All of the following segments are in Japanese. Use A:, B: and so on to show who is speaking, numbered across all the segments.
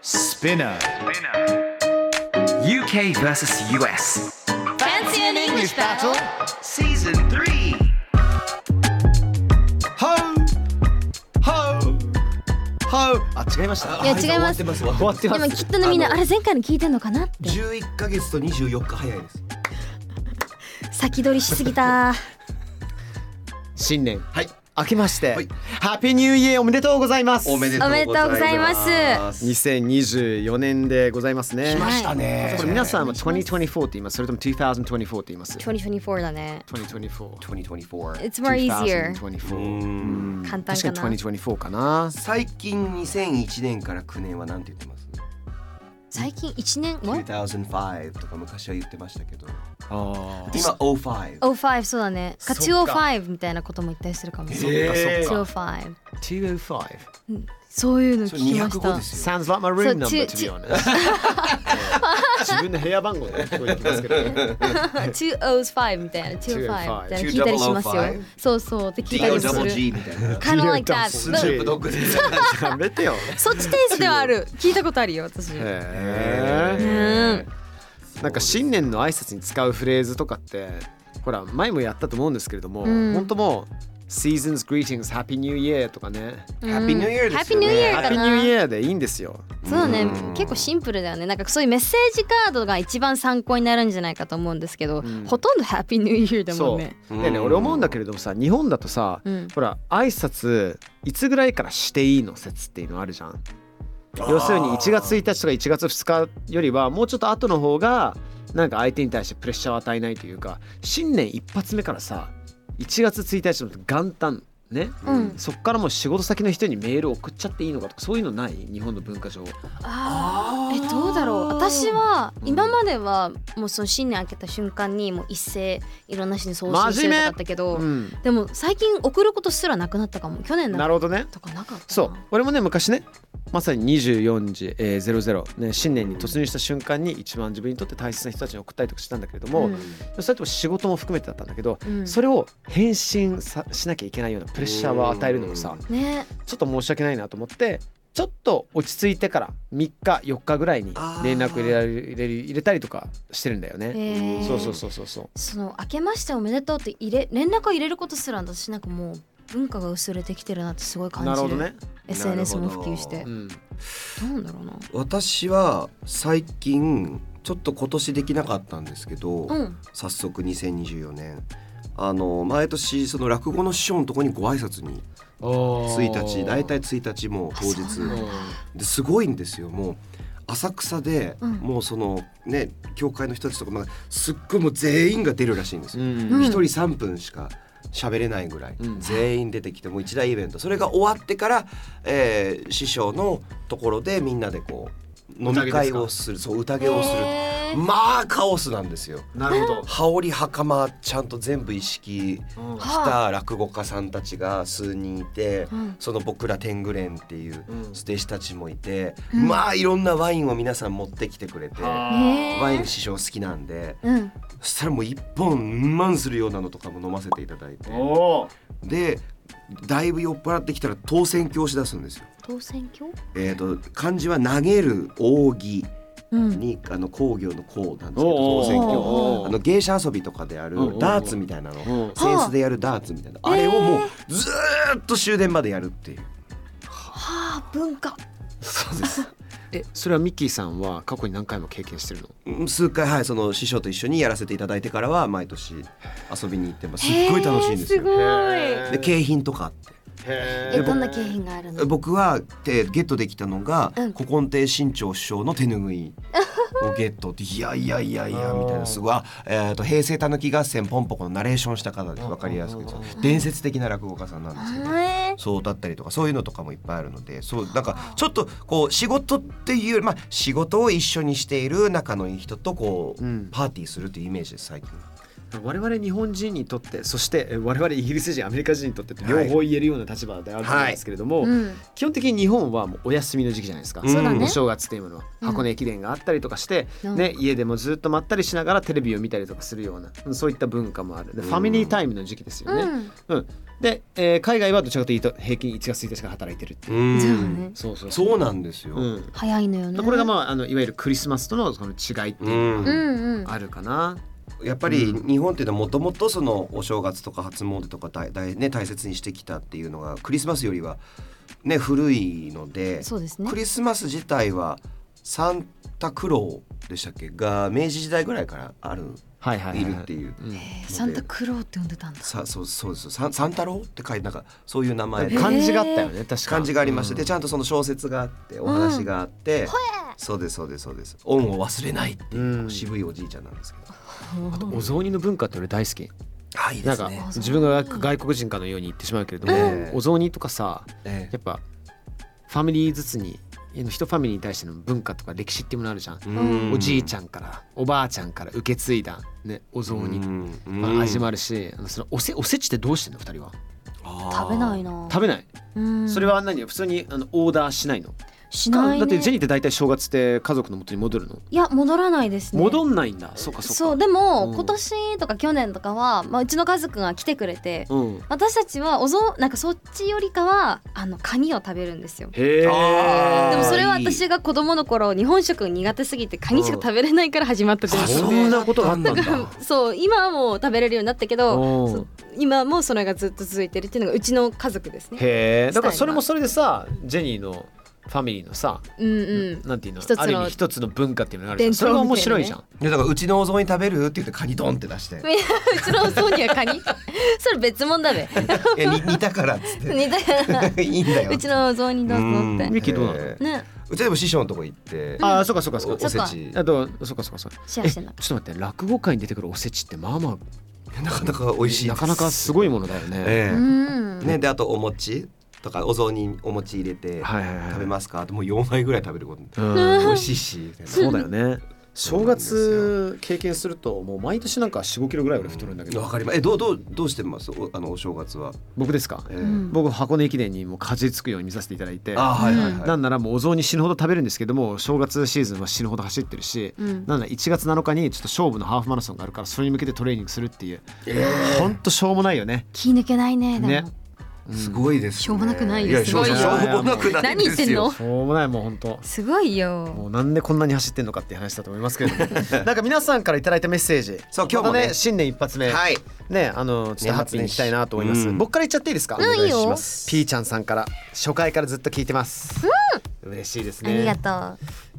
A: Spinner.
B: UK versus US.
C: Fancy an English battle
B: Season 3.
A: Ho! Ho! Ho! あ、違いました。
D: いや違い
A: 終わっ
D: ます
A: てます。終わってま。
D: ですもきっとねみんなあ
A: の
D: れ前回の聞いてんのか なって
A: 11ヶ月と24日早いです。
D: 先取りしすぎた
E: 新年
A: はい。
E: 明けまして、
A: はい
E: ハッピーニューイヤーおめでとうございます
A: おめで。
D: とうございますおめでとうございます
E: 2024年でございますね
D: ました
A: ね
E: これ皆さんは2024って言いますそれとも2024って言います
D: 2024だね
E: 2024
A: 2024。
D: It's more easier
E: 2024
A: ん
D: 簡単
E: 確
D: か
E: かに
D: な
E: 2024かな
A: 最近2001年から9年はなんて言ってます
D: 最近1年 What?
A: ?2005 とか昔は言ってましたけど、
E: あ
A: 今05。
D: 05そうだねか
E: そっか
D: 205みたいなことも言ったりするかも
A: えー
D: 205
E: 205
D: そういうの
A: それ
D: 聞きまし
A: 205
D: た
A: ですよ。
E: Sounds like my
D: そう
E: room
D: ち
E: number to be honest 自分の部屋番号が聞こえてきますけどね
D: 205みたいな205みたいな聞いたりしますよ
A: 205
D: そうそうって聞いたりする
A: DOG みたいな。
D: kind of like that
A: ス
E: DOG
A: ヌー
D: But-
A: プドッグです。
E: やめてよ
D: そっちテイストではある聞いたことあるよ私うん
E: へえなんか新年の挨拶に使うフレーズとかってほら前もやったと思うんですけれども、
D: うん
E: 本当もう Seasons Greetings Happy New Year とかね
A: Happy New Year です
D: Happy
A: よ
D: New
A: ね
D: Year
E: Happy
D: か
E: New
D: な
E: Year でいいんですよ
D: そうだね、
A: うん
D: 結構シンプルだよねなんかそういうメッセージカードが一番参考になるんじゃないかと思うんですけど、
E: ん
D: ほとんどハッピーニューイヤーだもんね
E: そうでね俺思うんだけれどもさ日本だとさ、
D: うん
E: ほら挨拶いつぐらいからしていいの説っていうのあるじゃん要するに1月1日とか1月2日よりはもうちょっと後の方がなんか相手に対してプレッシャーを与えないというか新年一発目からさ1月1日の元旦ね、
D: うん
E: そっからもう仕事先の人にメール送っちゃっていいのかとかそういうのない日本の文化上
D: あーえどうだろう私は今まではもうその新年明けた瞬間にもう一斉いろんな人に送信してるとかだったけど、
E: うん
D: でも最近送ることすらなくなったかも去年
E: な
D: なん
E: るほどね
D: とかなかったな
E: そう俺もね昔ねまさに24時、えー00、ね、新年に突入した瞬間に一番自分にとって大切な人たちに送ったりとかしたんだけれども、
D: うん
E: それとも仕事も含めてだったんだけど、
D: うん
E: それを返信さしなきゃいけないようなプレッシャーを与えるのもさ
D: ね
E: ちょっと申し訳ないなと思ってちょっと落ち着いてから3日4日ぐらいに連絡入れられ入れる入れたりとかしてるんだよ
D: え
E: ね。
D: ー
E: そうそうそうそうそう
D: その「明けましておめでとう」って入れ連絡を入れることすら私なんかもう文化が薄れてきてるなってすごい感じ
E: な
D: る
E: るほどね、
D: SNS も普及し
A: な
D: て
E: う
D: ど
E: ん、
D: うなんだろうな
A: 私は最近ちょっと今年できなかったんですけど、
D: うん
A: 早速2024年あの毎年その落語の師匠のとこにご挨拶に1日大体1日もう当
D: あ
A: 日
D: そうなんだ
A: ですごいんですよもう浅草で、
D: うん
A: もうそのね教会の人たちとかなんかすっごいもう全員が出るらしいんです
E: う
A: よ。
E: ん
D: うん
A: 一人3分しか喋れないぐらい、
E: うん
A: 全員出てきてもう一大イベントそれが終わってから、えー師匠のところでみんなでこう飲み会をするそう宴をする
D: へー
A: まあカオスなんですよ。
E: なるほど
A: 羽織袴ちゃんと全部意識
E: う
A: し
E: ん
D: は
A: た落語家さんたちが数人いて、
D: うん
A: その僕ら天狗連っていう
E: うん
A: 弟子たちもいて、まあいろんなワインを皆さん持ってきてくれて、
E: は
D: ねえ
A: ワイン師匠好きなんで
D: うん
A: そしたらもう一本うんまんするようなのとかも飲ませていただいて
E: お
A: でだいぶ酔っ払ってきたら当選教し出すんですよ。
D: 当選挙
A: えー、と漢字は投げる扇
D: うん
A: に、あの工業の工なんですけど
E: おー
A: 当選挙
E: おー
A: あの芸者遊びとかである
E: うんうんうん
A: ダーツみたいなの
E: うん
A: センスでやるダーツみたいなあれをもうずーっと終電までやるっていう
D: はあ文化
A: そうです
E: えそれはミッキーさんは過去に何回も経験してるの
A: 数回はいその師匠と一緒にやらせていただいてからは毎年遊びに行ってますすっごい楽しいんです
D: へー
A: よ
D: すごい
A: で景品とかあって
D: えどんな景品があるの
A: 僕はてゲットできたのが
D: うん
A: 古今亭新潮師匠の手ぬぐいをゲットっていやいやいやいやみたいなすごいあ、えー、と平成たぬき合戦ポンポコのナレーションした方で分かりやすく言うと伝説的な落語家さんなんですけど
D: え
A: そうだったりとかそういうのとかもいっぱいあるのでそうなんかちょっとこう仕事っていうよりまあ仕事を一緒にしている仲のいい人とこう、
E: うん
A: パーティーするっていうイメージです最近。
E: 我々日本人にとってそしてえ我々イギリス人アメリカ人にとってって両方言えるような立場であると思うんですけれども、
D: うん
E: 基本的に日本はもうお休みの時期じゃないですか、
A: そうだね
E: お正月というものは
D: うん
E: 箱根駅伝があったりとかして、
D: うん
E: ね、家でもずっとまったりしながらテレビを見たりとかするようなうんそういった文化もあるで
A: うん
E: ファミリータイムの時期ですよね、
D: うん
E: で、えー海外はどちらかというと平均1月1日から働いてるっていう、
D: そうだね
E: そうそうう、
A: そうなんですよ。
E: うん、
D: 早いのよね
E: これがまああのいわゆるクリスマスとのその違いっていう
A: うん
E: の
D: う
E: が
D: んうん
E: あるかな、
A: やっぱり日本っていうのはもともとそのお正月とか初詣とか大大,、ね、大切にしてきたっていうのがクリスマスよりは、ね、古いので、
D: そうですね
A: クリスマス自体はサンタクローでしたっけが明治時代ぐらいからある
E: はいはいはいい
A: る
E: は
A: っていう。
E: うん
D: えーサンタクローって呼んでたんだ
A: さそうそうですよサンサンタローって書いてなんかそういう名前で
D: へー
E: 漢字があったよね確か
A: 漢字がありまして、でち
E: ゃ
A: ゃんとその小説があってお話があって、そうですそうですそうです恩を忘れないっていう、
E: うん
A: 渋いおじいちゃんなんですけど
E: お雑煮の文化って俺大好き
A: あいいで
E: なん
A: す
E: か
A: ね、
E: 自分が外国人かのように言ってしまうけれども、
A: うん
E: お雑煮とかさ
A: え
E: やっぱファミリーずつに一ファミリーに対しての文化とか歴史っていうものあるじゃん、
A: え
D: ん
E: おじいち
A: ん
E: ゃんからおばあちゃんから受け継いだ、ね、お雑煮、まあ、
A: に
E: 味も
A: あ
E: あるしあのそのおせおせちってどうしてんの二人は
A: ー
D: 食べないな
E: 食べない、
D: うん
E: それは何普通にあのオーダーしないの
D: しないね
E: だってジェニーって大体正月って家族の元に戻るの、
D: いや戻らないですね
E: 戻んないんだそうかそうか
D: そうでも、
E: うん
D: 今年とか去年とかは、まあ、うちの家族が来てくれて、
E: うん、へ
D: 私たちはおぞなんかそっちよりかはあのカニを食べるんですよ
E: え
A: あー
D: でもそれはい
A: い
D: 私が子供の頃日本食苦手すぎてカニしか食べれないから始まったとい
E: あ
D: うか
E: そんなことがあっ たんだ
D: そう今はもう食べれるようになったけど
E: うん
D: そう今もそれがずっと続いてるっていうのがうちの家族ですね
E: へえだから
D: スタ
E: そ
D: イルが
E: れもそれでさジェニーのファミリーのさ、
D: うんうん
E: なんていうの
D: 一つの
E: ある意味一つの文化っていうのがあるじゃん
D: 伝
E: それが
D: 統
E: 面
D: みたいな
E: 白
D: ね
E: いじゃ
A: いや
E: ん、
A: だからうちのお雑煮食べるって言ってカニドンって出して
D: うちのお雑煮はカニ それ別物だ べ
A: いやに似たからっつっ
D: 似たよ
A: ていいんだよ
D: うちのお雑煮どうぞって
A: ん
E: ミキどうなの
A: えー
D: ね
A: うちでも師匠のとこ行って
E: ああそうかそうか
A: お
E: そう
A: お
E: か
A: せち
E: あとそうかそうかそうか
D: シェア
E: え
D: し
E: ち
D: て
E: ょっ
D: な
E: と待って落語界に出てくるおせちってまあま
A: なかなか美味しい
E: あなかなかすごいものだよね、
A: ええ
D: うん
A: ねであとお餅とかお雑煮お餅入れて
E: はいはいはい
A: 食べますかあともう4枚ぐらい食べることに
E: うん
A: 美味しいし
E: そうだよね
A: そう
E: 正
A: なんですよ
E: 月経験するともう毎年なんか4 5キロぐらい俺太るんだけど、
A: わかりますえどうどうどうしてますおあのお正月は、
E: 僕ですか、
A: ええ
D: うん
E: 僕箱根駅伝にもうかじりつくように見させていただいて
A: あはいはいはい、
E: なんならもうお雑煮死ぬほど食べるんですけども正月シーズンは死ぬほど走ってるし、
D: うん
E: なんなら1月7日にちょっと勝負のハーフマラソンがあるからそれに向けてトレーニングするっていう、ほんとしょうもないよね。
D: 気抜けないねでも
E: ね
A: すごいです、ね、
D: しょうもなくない
A: いや
D: です
A: しょう
E: すごい
A: し
E: よ
A: ょうもなくないですよ
D: 何言ってんの
E: しょうもないもうほんと。
D: すごいよ
E: もうなんでこんなに走ってんのかっていう話だと思いますけ れどもなんか皆さんからいただいたメッセージ
A: そう今日もね
E: また新年一発目、
A: はい
E: ねあのちょっとハッピーにいきたいなと思います、
A: うん
E: 僕から言っちゃっていいですか、
D: ん
E: お願い
D: いいよ
E: しますピーちゃんさんから初回からずっと聞いてます、嬉しいです
D: あ
E: ね
D: りがと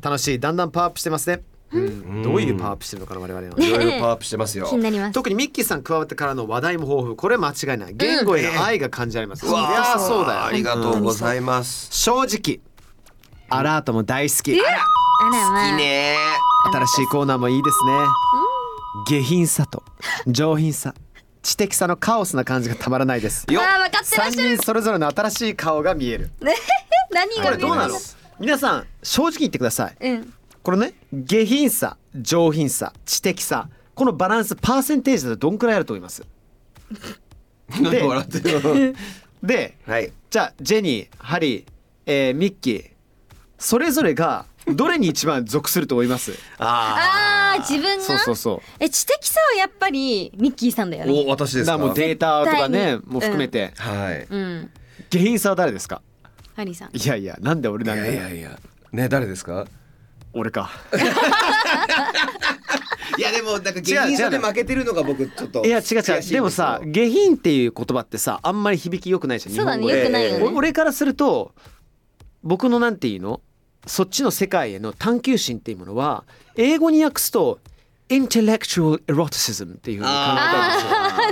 E: 楽しいだんだんパワーアップしてますね、うん、どういうパワーアップしてるのかな我々は、
A: いろいろパワーアップしてますよ
D: う気になります
E: 特にミッキーさん加わってからの話題も豊富これは間違いない言語への愛が感じられます、
A: うわ
E: いやーそうだよ
A: ありがとうございます
E: 正直アラートも大好き
D: あらまあ
A: ね
E: 新しいコーナーもいいですね下品さと上品さ知的さのカオスな感じがたまらないです
A: えよ
D: あー分かってらっ
E: 3
D: しゃる
E: 人それぞれの新しい顔が見える
D: 何が
E: これど
A: ありがとう
E: うな
A: ござい
E: の
A: ます
E: 皆さん正直言ってください
D: うん
E: これね下品さ上品さ知的さこのバランスパーセンテージだとどんくらいあると思います
A: なんで笑ってる
E: で
A: のはい
E: じゃあジェニーハリー、えーミッキーそれぞれがどれに一番属すると思います
A: あ
D: あー自分が
E: そうそうそう
D: え知的さはやっぱりミッキーさんだよ
A: ー
D: ね
A: お私で
E: だ
A: す
E: か
A: から
E: もうデータとかね
D: 絶対に
E: もう含めて、
A: はい
D: うん
E: 下品さは誰ですか
D: ハリーさん
E: いやいやなんで俺なんだよ
A: いやね誰ですか
E: 俺か
A: いやでもなんか
E: 下品さで負
A: けてるのが僕ちょっと
E: いや違う違うでもさ下品っていう言葉ってさあんまり響き良くないじゃん
D: そうだね
E: 日本語で
D: 良くないよ
A: え
D: ね
E: お俺からすると僕のなんていうのそっちの世界への探求心っていうものは英語に訳すと intellectual eroticism っていうふうに考え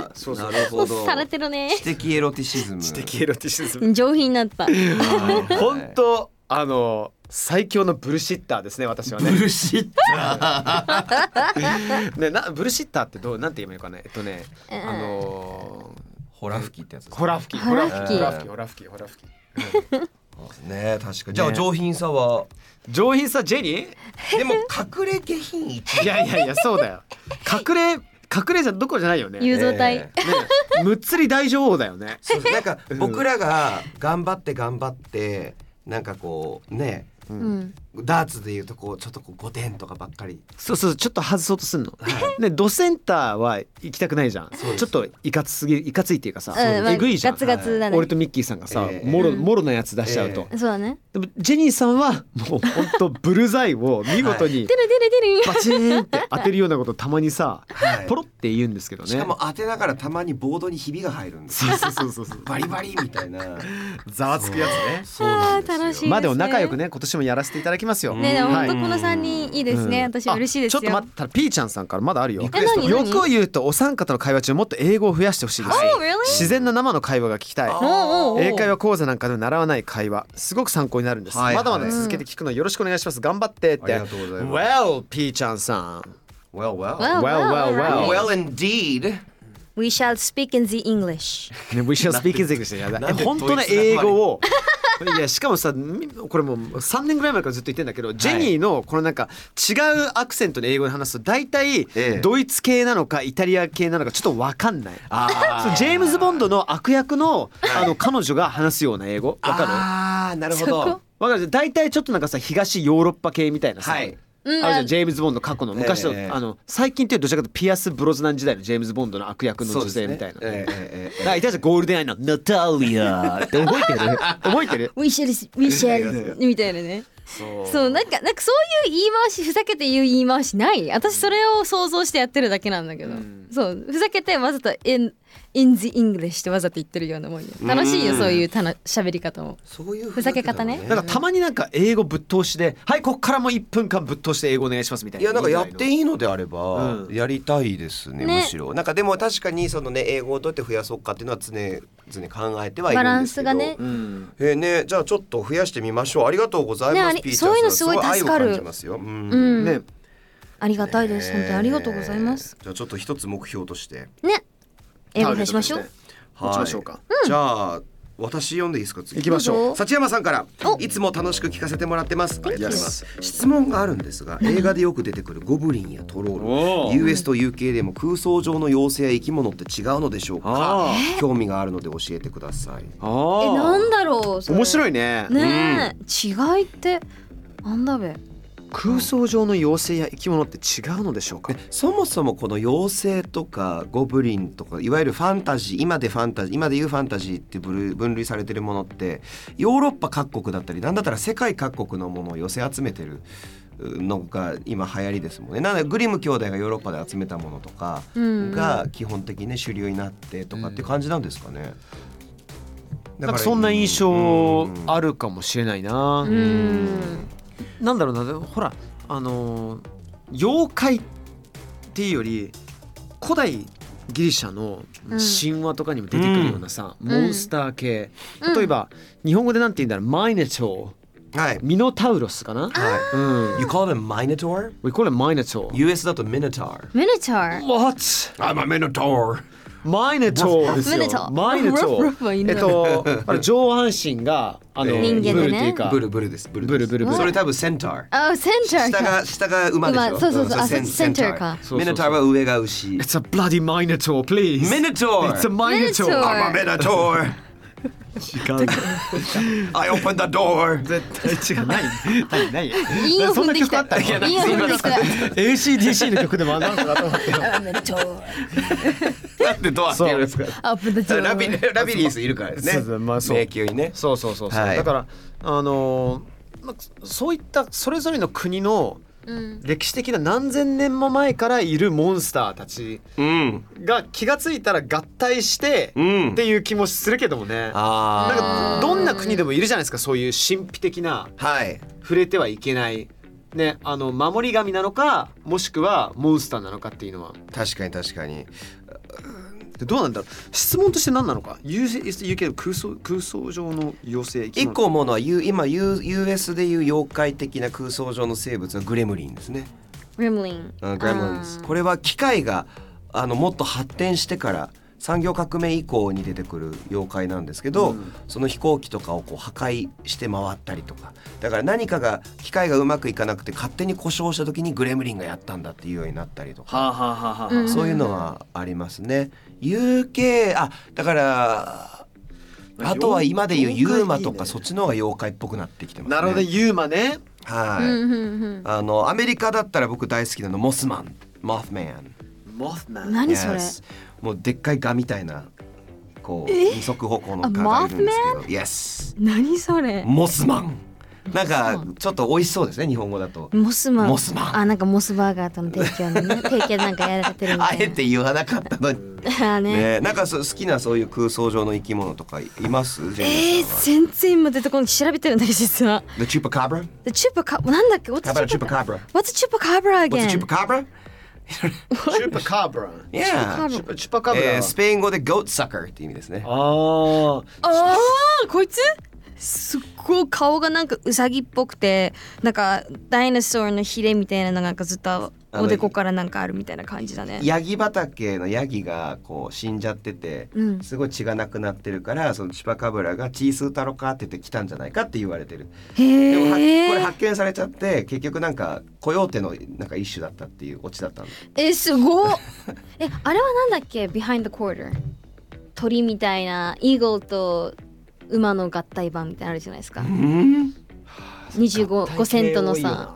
E: たんですよ。
A: なるほど
D: されてるね
A: 知的エロティシズム知
E: 的エロティシズム。
D: 上品になった
E: 本当あの最強のブルシッターですね私はね。
A: 苦し い
E: ねなブルシッターってどうなんて言えばいいのかねえっとね、
D: うん
E: あのー
A: ホラ吹きってやつですね
E: ホラ吹き
D: ホラ吹き
E: ホラ吹きホラ吹きホラ吹き
A: ね確かにじゃあ
E: ね
A: 上品さは
E: 上品さジェニ
A: でも隠れ下品一
E: ーいやいやいやそうだよ隠れ隠れじゃどころじゃないよね
D: ゆ
E: ね
D: 雄三隊
A: ええ
E: むっつり大女王だよね
A: そうですなん か僕らが頑張って頑張ってなんかこうね
D: うん
A: ダーツでいうとこうちょっとこう5点とかばっかり
E: そうそうちょっと外そうとすんの
A: は
E: ねドセンターは行きたくないじゃん
A: そうです
E: ちょっといかつすぎいかついっていうかさ、
D: うんまあ
E: えぐいじゃん
D: ガツガツなの
E: 俺
D: に
E: とミッキーさんがさ、
A: ええ
E: もろ
D: うん
E: もろのやつ出しちゃうと、
D: そうだね
E: でもジェニーさんはもうほんとブルーザイを見事に
D: てるてるてる
E: バチーンって当てるようなことたまにさ
A: はい
E: ポロって言うんですけどね
A: しかも当てながらたまにボードにひびが入るんです
E: そうそうそう そうそう
A: バリバリみたい な
E: ざわつくやつね
A: そうなんですよ
D: あー楽しい
E: まあでも仲良くね今年もやらせていただきますよ
D: ねでも
E: は
D: 本
E: い
D: 当この三人いいですね、
E: うん
D: 私嬉しいですよ
E: あちょっと待ったピーちゃんさんからまだあるよ
A: リク
D: え
A: エスト
D: 何何
E: 欲を言うとお三方の会話中もっと英語を増やしてほしいです、
D: Oh really?
E: 自然な生の会話が聞きたい
D: おうおうおう
E: 英会話講座なんかでも習わない会話すごく参考になるんです、
A: はい
E: まだまだ続けて聞くのよろしくお願いします頑張ってって
A: ありがとうございま
E: Well ピーちゃんさん
A: Well well
E: Well,
D: Well,
E: well, well.
D: well.
A: Well indeed
D: We shall speak in the English.
E: We shall speak in English やだ
A: な
E: え
A: んで
E: 本当の
A: ドイツだ
E: 英語をいやしかもさみこれもう3年ぐらい前からずっと言ってんだけど、ジェニーのこのなんか違うアクセントで英語で話すと大体
A: え
E: ドイツ系なのかイタリア系なのかちょっと分かんない
A: あ
E: そうジェームズ・ボンドの悪役のあの彼女が話すような英語わかる
A: ああなるほ
D: そ
A: ど
D: こ
E: わかる大体ちょっとなんかさ東ヨーロッパ系みたいなさ、
A: はい
E: あるじゃんジェームズ・ボンド過去の昔の,、
A: ええ
E: あの最近っていうとどちらかというとピアス・ブロズナン時代のジェームズ・ボンドの悪役の
A: そう
E: 女
A: です
E: 性
A: ね
E: みたいな、
A: ええええ
E: だからいたじゃんゴールデンアイの「ナタリア」って覚えてる覚えてる
D: We shall, we shall みたいなね。そうなんかなんかそういう言い回しふざけて言う言い回しない。私それを想像してやってるだけなんだけど。そうふざけてわざと in in the English ってわざと言ってるようなもんよ。楽しいよそういうたな喋り方も。
A: そういう
D: ふざけ方
A: ふ
D: ね
A: ざけたの
E: なんかたまになんか英語ぶっ通しで「はいこっからもう1分間ぶっ通して英語お願いします」みたい
A: い
E: な
A: やなんかやって
E: い
A: いいのであれば
E: うん
A: やりたいですね、
D: ね
A: むしろなんかでも確かにそのね英語をどうやって増やそうかっていうのは常々考えてはいる
D: バラ
A: ん
D: ン
A: です
D: ス
A: けど
D: がね。
E: うん
A: えーねじゃあちょっと増やしてみましょうありがとうございます、
D: ねあり
A: ピーちゃん
D: そういうのすごい
A: さん
D: 助かる
A: 愛を感じますよ、うん
D: うん、
E: ね
D: ありがたいです、本当にありがとうございます。
A: じゃあちょっと一つ目標として
D: ね英語増やしましょう。
E: 持ちましょうか
A: はいじゃあ私読んでいいですか次
E: 行きましょ
D: うぞ
A: 幸山さんからいつも楽しく聞かせてもらってますありがとうございます質問があるんですが映画でよく出てくるゴブリンやトロー
E: おー
A: ル US と UK でも空想上の妖精や生き物って違うのでしょうか
E: あ
A: 興味があるので教えてください
E: あ
D: え
E: ー
D: なんだろうそれ
E: 面白いね
D: ねえ、違いってなんだべ
E: 空想上の妖精や生き物って違うのでしょうか、
A: そもそもこの妖精とかゴブリンとかいわゆるファンタジー今でファンタジー今で言うファンタジーって分類分類されてるものってヨーロッパ各国だったりなんだったら世界各国のものを寄せ集めてるうのが今流行りですもんね。なのでグリム兄弟がヨーロッパで集めたものとか
D: うん
A: が基本的にね主流になってとかって感じなんですかね。
E: なんかそんな印象
A: うん
E: あるかもしれないな、
D: うーん
E: なんだろうなでもほらあのー妖怪っていうより古代ギリシャの
D: うん
E: 神話とかにも出てくるようなさ、
D: ん
E: モンスター系、
D: うん
E: 例えば日本語でなんて言うんだろうマイネト
A: はい
E: ー。ミノタウロスかな
A: はい。
E: うん
A: You call them Minotaur?
E: We call it Minotaur
A: US だと Minotaur。
D: ミネチャー
E: What?
A: I'm a Minotaur.
E: マイネトーです
D: ミネタ
E: よ
D: ー
E: マイ ネト
D: ルフルフはい
E: ー
D: な
E: え
D: い
E: っとあれ上半身があの
A: 人間
E: ブ
D: でね
E: ルっていうか
A: ブルブルです。ブル
E: ブ
A: で
E: ル
A: す
E: ブルブル
A: それ多分センター。
D: あセンチャー
A: 下
D: か
A: が下が馬でしょ。
D: 馬そうそうそうん
A: れ
D: あ
A: セン
D: センターか
A: センタミノタウは上が牛。
E: It's a bloody Minotaur please
A: Minotaur.
E: It's a Minotaur
A: I'm a
D: Minotaur.
A: Minotaur.
E: 違う
A: I open the door.
E: 絶対違うない ないない
D: 韻を踏んできた
E: そんな曲あった
D: 韻を踏んできた
E: ACDC の曲でもあんなのかと思って
D: メネチャー
A: なんでドアってやるんですか。
D: アップデー
A: それ
D: ト
A: ラビラビリンスいるからですね。
E: そうそうまあそう
A: 迷宮にね。
E: そうそうそうそう、
A: はい
E: だからあのーまあそういったそれぞれの国の
D: うん
E: 歴史的な何千年も前からいるモンスターたち
A: うん
E: が気がついたら合体して
A: う
E: っ
A: ん
E: て。いう気もするけどもね、なん
A: あ
E: かどんな国でもいるじゃないですかそういう神秘的な
A: あ。はい。
E: 触れてはいけない、ね、あの守り神なのかもしくはモンスターなのかっていうのは
A: 確かに確かに。
E: でどうなんだろう質問として何なのか USUK の空想空想上の妖精生き
A: 一
E: 物
A: 個思うのは U 今 U US でいう妖怪的な空想上の生物はグレムリンですね。
D: グレムリン
A: あのグレムリンです
D: あー
A: これは機械があのもっと発展してから産業革命以降に出てくる妖怪なんですけど、
E: うん
A: その飛行機とかをこう破壊して回ったりとかだから何かが機械がうまくいかなくて勝手に故障した時にグレムリンがやったんだっていうようになったりとか。
E: はあはあはあはあ、
D: うん
A: そういうのはありますね。UK あだからあとは今で言うユーマとかそっちの方が妖怪っぽくなってきてますね。
E: なるほどユーマね
A: はい。
D: うんうんうん
A: あのアメリカだったら僕大好きなのモスマン、モスマン。
E: モスマン
D: 何それ
A: Yes もうでっかいガみたいなこう二足歩行のガがいるんですけど、Yes。
D: 何それ
A: モスマン。な
C: モ
A: ん
C: ス
A: か
C: マ
A: ちょっと美味しそうですね日本語だと。
D: モスマン
A: モスマン
D: あなんかモスバーガーとの提供の ね提携なんかやられてるみた
A: あ
D: いな
A: えて言わなかったのに。
D: あーね
A: ね、なんかそ好きなそういう空想上の生き物とかいます？ジェ
D: え
A: ニー
D: ー、
A: さ
D: 全然今出てこない調べてるんだけど実は
A: んは。The chupacabra?
D: でチューパカなんだっけ What's
A: How about a chupacabra?
D: chupacabra? What's chupacabra
A: What's a
D: again?
A: chupacabra?
E: チューパカブラ
A: Yeah.
E: チューパチューパカブラ、
A: えースペイン語で goat sucker って意味ですね。
E: あ
D: ああこいつすっごい顔がなんかウサギっぽくてなんかダイナソーのヒレみたいなのがなんかずっとおでこからなんかあるみたいな感じだね。
A: ヤギ畑のヤギがこう死んじゃってて、
D: うん
A: すごい血がなくなってるからそのチュパカブラが「チースータロか」って言って来たんじゃないかって言われてる、でもはこれ
D: へえ。
A: 発見されちゃって結局なんかコヨーテのなんか一種だったっていうオチだったの
D: え すごっ。えあれはなんだっけ Behind the Quarter 鳥みたいなイーグルと馬の合体版みたいなのあるじゃないですか。二十五五セントのさ。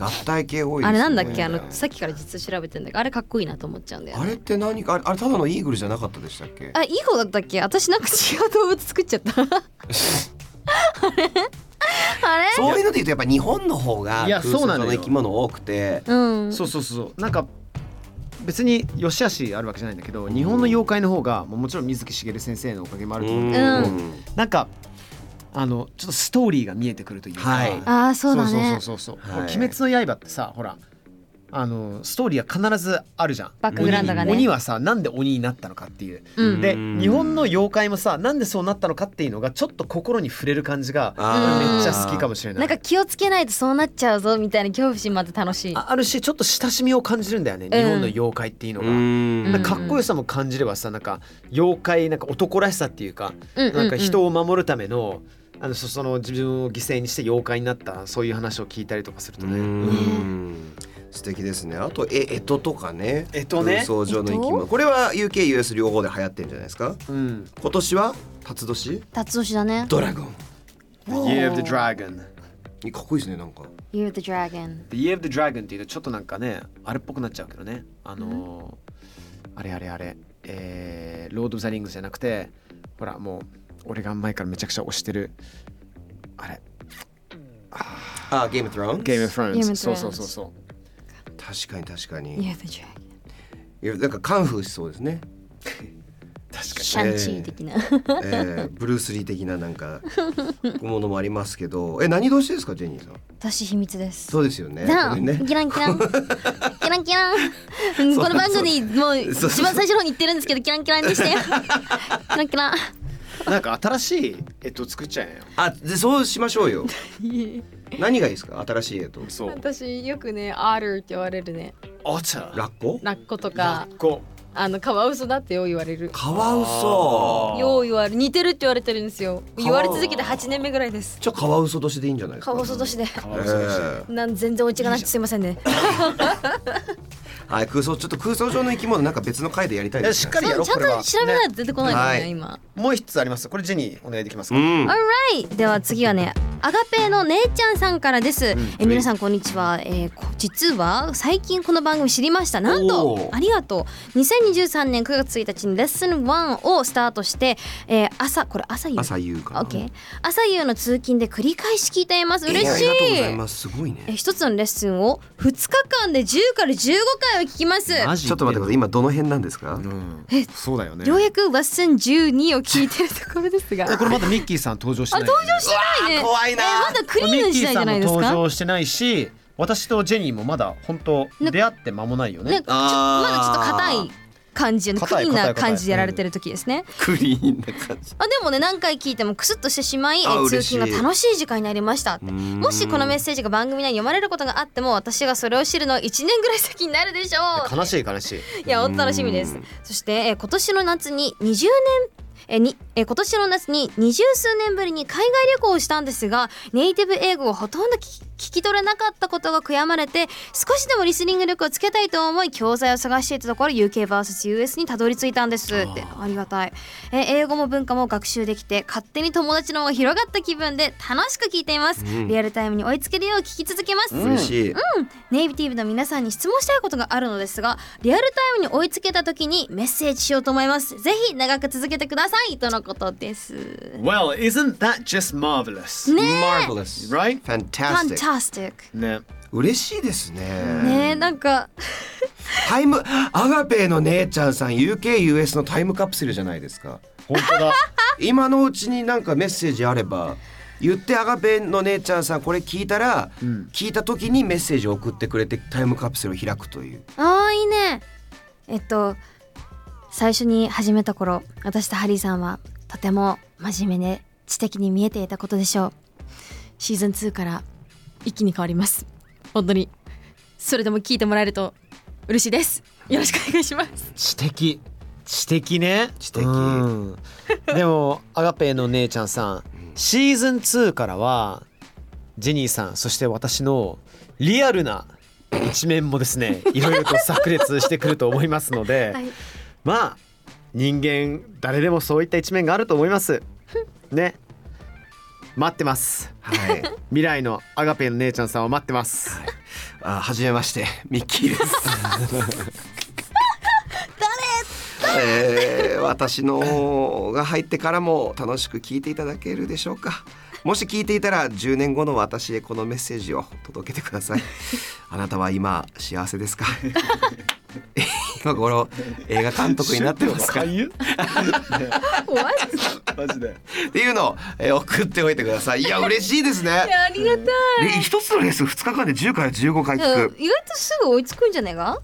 A: 合体系多いです、
D: あ
A: ね、
D: れなんだっけあのさっきから実は調べてんだけどあれかっこいいなと思っちゃうんだよ
A: あ
D: ね。
A: れって何かあれあれただのイーグルじゃなかったでしたっけ
D: あイーグルだったっけ私なんか違う動物作っちゃ った。あれ
A: そういうので言うとやっぱ日本の方が
E: いや
A: 空想
E: そ
A: 上
E: うなのよ
A: の生き物多くて
D: うん。
E: そうそうそうなんか別に良し悪しあるわけじゃないんだけど日本の妖怪の方がもうもちろん水木しげる先生のおかげもあると思うけど、
D: うん
E: なんかあのちょっとストーリーが見えてくるというか、
A: はい
D: ああそうだね。
E: そうそうそうそう、
A: はい
E: 鬼滅の刃ってさほらあのストーリーが必ずあるじゃん
D: バックグラウンドがね
E: 鬼鬼はさなんで鬼になったのかっていう、
D: うん
E: で
A: うん
E: 日本の妖怪もさなんでそうなったのかっていうのがちょっと心に触れる感じが
A: あー
E: めっちゃ好きかもしれない
D: なんか気をつけないとそうなっちゃうぞみたいな恐怖心まで楽しい。
E: ああるしちょっと親しみを感じるんだよね、日本の妖怪っていうの
A: う
E: が。
A: ん
D: うん
E: なんかかっこよさも感じればさなんか妖怪なんか男らしさっていうか、
D: うん
E: なんか人を守るためのあのそその自分を犠牲にして妖怪になったそういう話を聞いたりとかするとね、
A: うん素敵ですね。あとええととかね。
E: 干支ね
A: 空想上の生き
D: 干
A: 物。これは UK、US 両方で流行ってるんじゃないですか。
E: うん、
A: 今年は辰年
D: 達年だね。
A: ドラゴン。
E: The Year of the Dragon
A: えかっこいいですねなんか。
D: You're the dragon。
E: The Year of the Dragon っていうとちょっとなんかねあれっぽくなっちゃうけどねあのーあれあれあれえー、ロード・オブ・ザ・リングスじゃなくてほらもう俺が前からめちゃくちゃ推してるあれ
A: あゲームトロン。
E: ゲーム・フラン
D: Game
E: ス
D: of
E: そう
D: Thrones
E: そうそうそう
A: 確かに確か
D: You're
A: に。
D: the dragon。
A: いやなんかカンフーしそうですね。
E: 確かに
D: シャンチー的な。
A: えー、ブルースリー的ななんか ものもありますけど。え何年ですかジェニーさん。
D: 私秘密です。
A: そうですよね。
D: な
A: ご
D: あ、
A: めんね
D: キランキ ラン。キランキラン。うんこの番組もう一
A: そうそう
D: 番最初の方に言ってるんですけど、キランキランにして。キランキラン。
E: なんか新しいえっと作っちゃえよ。
A: あでそうしましょうよ。何がいいですか新しいえと。
E: そう。
D: 私よくね、アールって言われるね。
E: あちゃ。
A: ラッコ。
D: ラッコと
E: ラッコ。
D: あのカワウソだってよう言われる。
A: カワウソ。
D: よう言われ似てるって言われてるんですよ。
A: ワ
D: 言われ続けて8年目ぐらいです。
A: じゃあカワウソ年でいいんじゃないですか。
D: カワウソ年で。
E: カワウソでした
A: ええ
D: なん全然オチがなくてすいませんね。
A: はい、空想ちょっと空想上の生き物なんか別の回でやりたい
E: いや
A: で
E: し
A: す
E: っ
A: ね。
E: かりやろ
D: ちゃん
E: これは
D: と調べな
E: ね
D: いと出てこないからね
A: はい
D: 今。
E: もう一つあります。これジェニーお願いできます
A: う
E: か。
A: ん。
D: Alright では次はねアガペーの姉ちゃんさんからです、え皆さんこんにちは、えーこ実は最近この番組知りましたなんと
A: おー
D: ありがとう2023年9月1日にレッスン1をスタートして、えー朝これ朝夕
A: 朝夕かな。
D: オッケー朝夕の通勤で繰り返し聞いています嬉
A: えーあ
D: しい、
A: りがとうございます。すごい
D: えー
A: ね。
D: 一つのレッスンを2日間で10から15回を聞きます
A: ちょっと待ってください。今どの辺なんですか
E: う。ん。え、そうだよね。
D: ようやくレッスン12を聞いてるところですが
E: えこれまだミッキーさん登場してない。登場し
D: 怖いね
A: 怖いな
D: えーまだクリーン
E: ミ
D: の
E: ッキ
D: 時
E: ー
D: 代じ
E: さ
D: ゃ
E: ん
D: な
E: も
D: いです
E: 登
D: か
E: 場してないし、私とジェニーもまだ本当出会って間もないよ
D: ね、
E: ね
D: ちょ。まだちょっと硬い感じのク
F: 硬い
D: リーン
F: 硬
D: ない
F: 硬い
D: 感じでやられてる時ですね、
A: クリーンな感じ
D: あでもね何回聞いてもクスッとしてしまいえ
A: あ
D: ー通勤
A: 嬉しい
D: が楽しい時間になりましたってもしこのメッセージが番組内に読まれることがあっても私がそれを知るのは1年ぐらい先になるでしょう
F: 悲しい悲しい
D: いやお楽しみです
A: うん
D: そして、えー今年の夏に20年えーにえー今年の夏に二十数年ぶりに海外旅行をしたんですがネイティブ英語をほとんど聞き聞き取れなかったことが悔やまれて少しでもリスニング力をつけたいと思い教材を探していたところ UKVSUS にたどり着いたんですってありがたいえー英語も文化も学習できて勝手に友達の方が広がった気分で楽しく聞いています、
A: うん
D: リアルタイムに追いつけるよう聞き続けます、
A: 嬉しい、
D: ネイティブの皆さんに質問したいことがあるのですがリアルタイムに追いつけた時にメッセージしようと思いますぜひ長く続けてくださいとのことですね
E: Well, isn't that just marvelous?
D: え
A: Marvelous
E: Right?
A: Fantastic
D: Fantastic
E: ね。
A: 嬉しいですね
D: ねえなんか
A: タイムアガペーの姉ちゃんさん UKUS のタイムカプセルじゃないですか
F: 本当 だ
A: 今のうちになんかメッセージあれば言ってアガペンの姉ちゃんさんこれ聞いたら、聞いた時にメッセージを送ってくれてタイムカプセルを開くという
D: あーいいねえっと最初に始めた頃私とハリーさんはとても真面目で知的に見えていたことで しょうシーズン2から一気に変わります本当にそれでも聞いてもらえると嬉しいですよろしくお願いします
E: 知的。知的ね。
A: 知的
E: うんでも、アガペーの姉ちゃんさん、シーズン2からは、ジェニーさん、そして私のリアルな一面もです ね、いろいろと炸裂してくると思いますので、
D: はい
E: まあ、人間、誰でもそういった一面があると思い ます。ね。待ってます。
A: はい
E: 未来のアガペーの姉ちゃんさんを待ってます。
A: あ初めまして ミッキーです誰えー、私のが入ってからも楽しく聞いていただけるでしょうかもし聞いていたら10年後の私へこのメッセージを届けてくださ いあなたは今幸せですか 今頃映画監督になってます か
F: 優マジで
A: っていうのを、えー送っておいてくださいいや嬉しいですね
D: ありがたい
A: で一つのレース2日間で10から15回
D: いや意外とすぐ追いつくんじゃねえか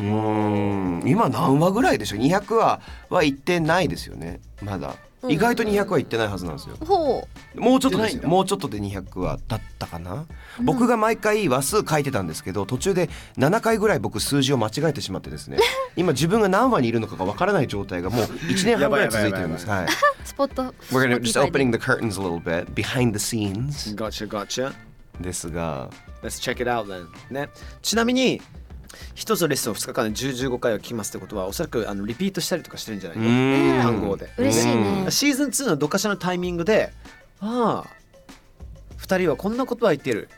A: うーん今何話ぐらいでしょう200話は行ってないですよねまだ
D: うん
A: 意外と200は行ってないはずなんですよ
D: ほ
A: もうちょっ
F: 行って
A: とです
F: ないん
A: よ
F: だ
A: もうちょっとで200話だったかな、僕が毎回話数書いてたんですけど途中で7回ぐらい僕数字を間違えてしまってですね今自分が何話にいるのかがわからない状態がもう1年半ぐらい続いてるんですはいう
D: スポット
A: We're gonna just opening
D: Spotify で
A: the curtains a little bit behind the scenes
E: Gotcha, gotcha.
A: ですが
E: Let's check it out then. ね、ちなみに一つのレッスンを2日間で10、15回は聞きますってことはおそらくあのリピートしたりとかしてるんじゃな
A: う
E: いの
A: ーん
E: 単語で。
D: 嬉しいね
A: うん
E: シーズン2のどっかしらのタイミングで、ああ、2人はこんなことは言ってる。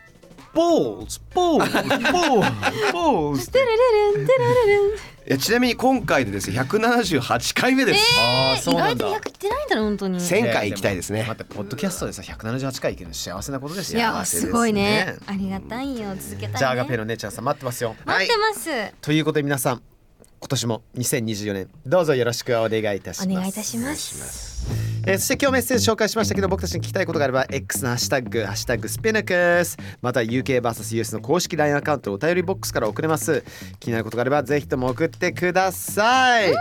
E: ボーズ、ボーズ、 ボーズ、ボーズ。
D: テレレレンテレレレン
A: いやちなみに今回でですね178回目です、
F: ああ
D: 意外と200いってないんだろ本当に
A: 1000回行きたいですね
F: 待ってポッドキャストでさ178回いけるの幸せなことです
D: い
F: よ
D: や
A: 幸せです
D: す
A: ね
D: ごいねありがたいよ続けたいね
F: じゃあアガペの姉ちゃんさん待ってますよ
D: 待ってます、
E: ということで皆さん、今年も2024年、どうぞよろしくお願いいたします。
D: お願いいたします
E: えーそして今日メッセージ紹介しましたけど僕たちに聞きたいことがあれば X のハッシュタグ「ハッシュタグスピナクス」また UKVSUS の公式 LINE アカウントお便りボックスから送れます気になることがあればぜひとも送ってください、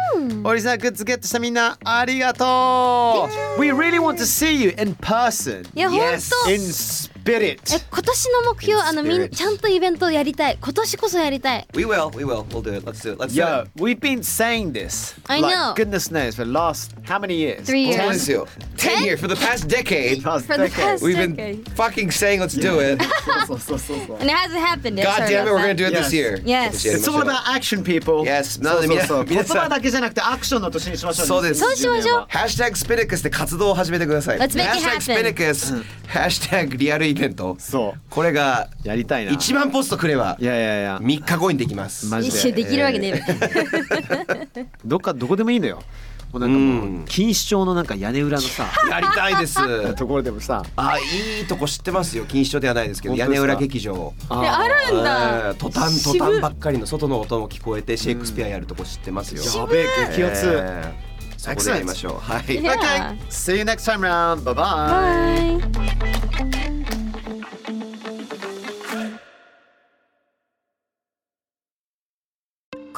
E: オリジナルグッズゲットしたみんなありがとう We really want to see you in person
D: いや
A: Yes
D: 本当
E: in spirit
D: え今年の目標あのみん
A: Spirit
D: ちゃんとイベントやりたい今年こそやりたい
A: We will, we will, we'll do it, let's do it, let's do
E: Yeah,
A: it
E: we've been saying this.
D: I
E: like,
D: know.
E: Goodness knows, for the last how many years?
D: Three
A: そう
D: years.
A: ですよ10 years for the past decade
E: Past
D: For the
E: decade.
D: past-
A: We've been
D: decade.
A: fucking saying let's do it
F: そうそうそうそう
D: And it hasn't happened yet
A: God
D: sorry
A: damn it,
D: about
A: we're gonna do it
E: Yes.
A: this year
D: Yes.
A: 今年やりま
E: It's
A: しょう
E: all about action, people.
A: Yes.
E: なので皆
A: そうそうそう
E: 言
A: 皆さ
E: 葉
A: ん
E: だけじゃなくてアクションの年にしましょう。
A: そうですそう
D: しましょう
A: ハッシュタグスピネクスで活動を始めてください。
D: Let's make
A: ハッシ
D: it
A: ュタ
D: happen.
A: グスピネクス、ハッシュタグリアルイベント。
E: そう
A: これが
E: やりたいな。
A: 1万ポストくれば
E: いやいやいや。
A: 3日後にできます。
E: マジ
D: 一
E: で
D: 周。できるわけね
E: どっかどこでもいいのよ。もうなんかもう錦糸町のなんか屋根裏のさ
A: やりたいです。
E: ところでもさ。
A: あ、いいとこ知ってますよ。錦糸町ではないですけど、
E: 本
A: 屋
E: 当で
A: 根
E: すか
A: 裏劇場。
D: え あるんだ
A: えートタントタンばっかりの外の音も聞こえてシェイクスピアやるとこ知ってますよ。
E: やべえ激アツ。
A: えーそこでやりましょう。はい。
D: Yeah.
E: Okay. See you next time round. Bye bye.
D: はい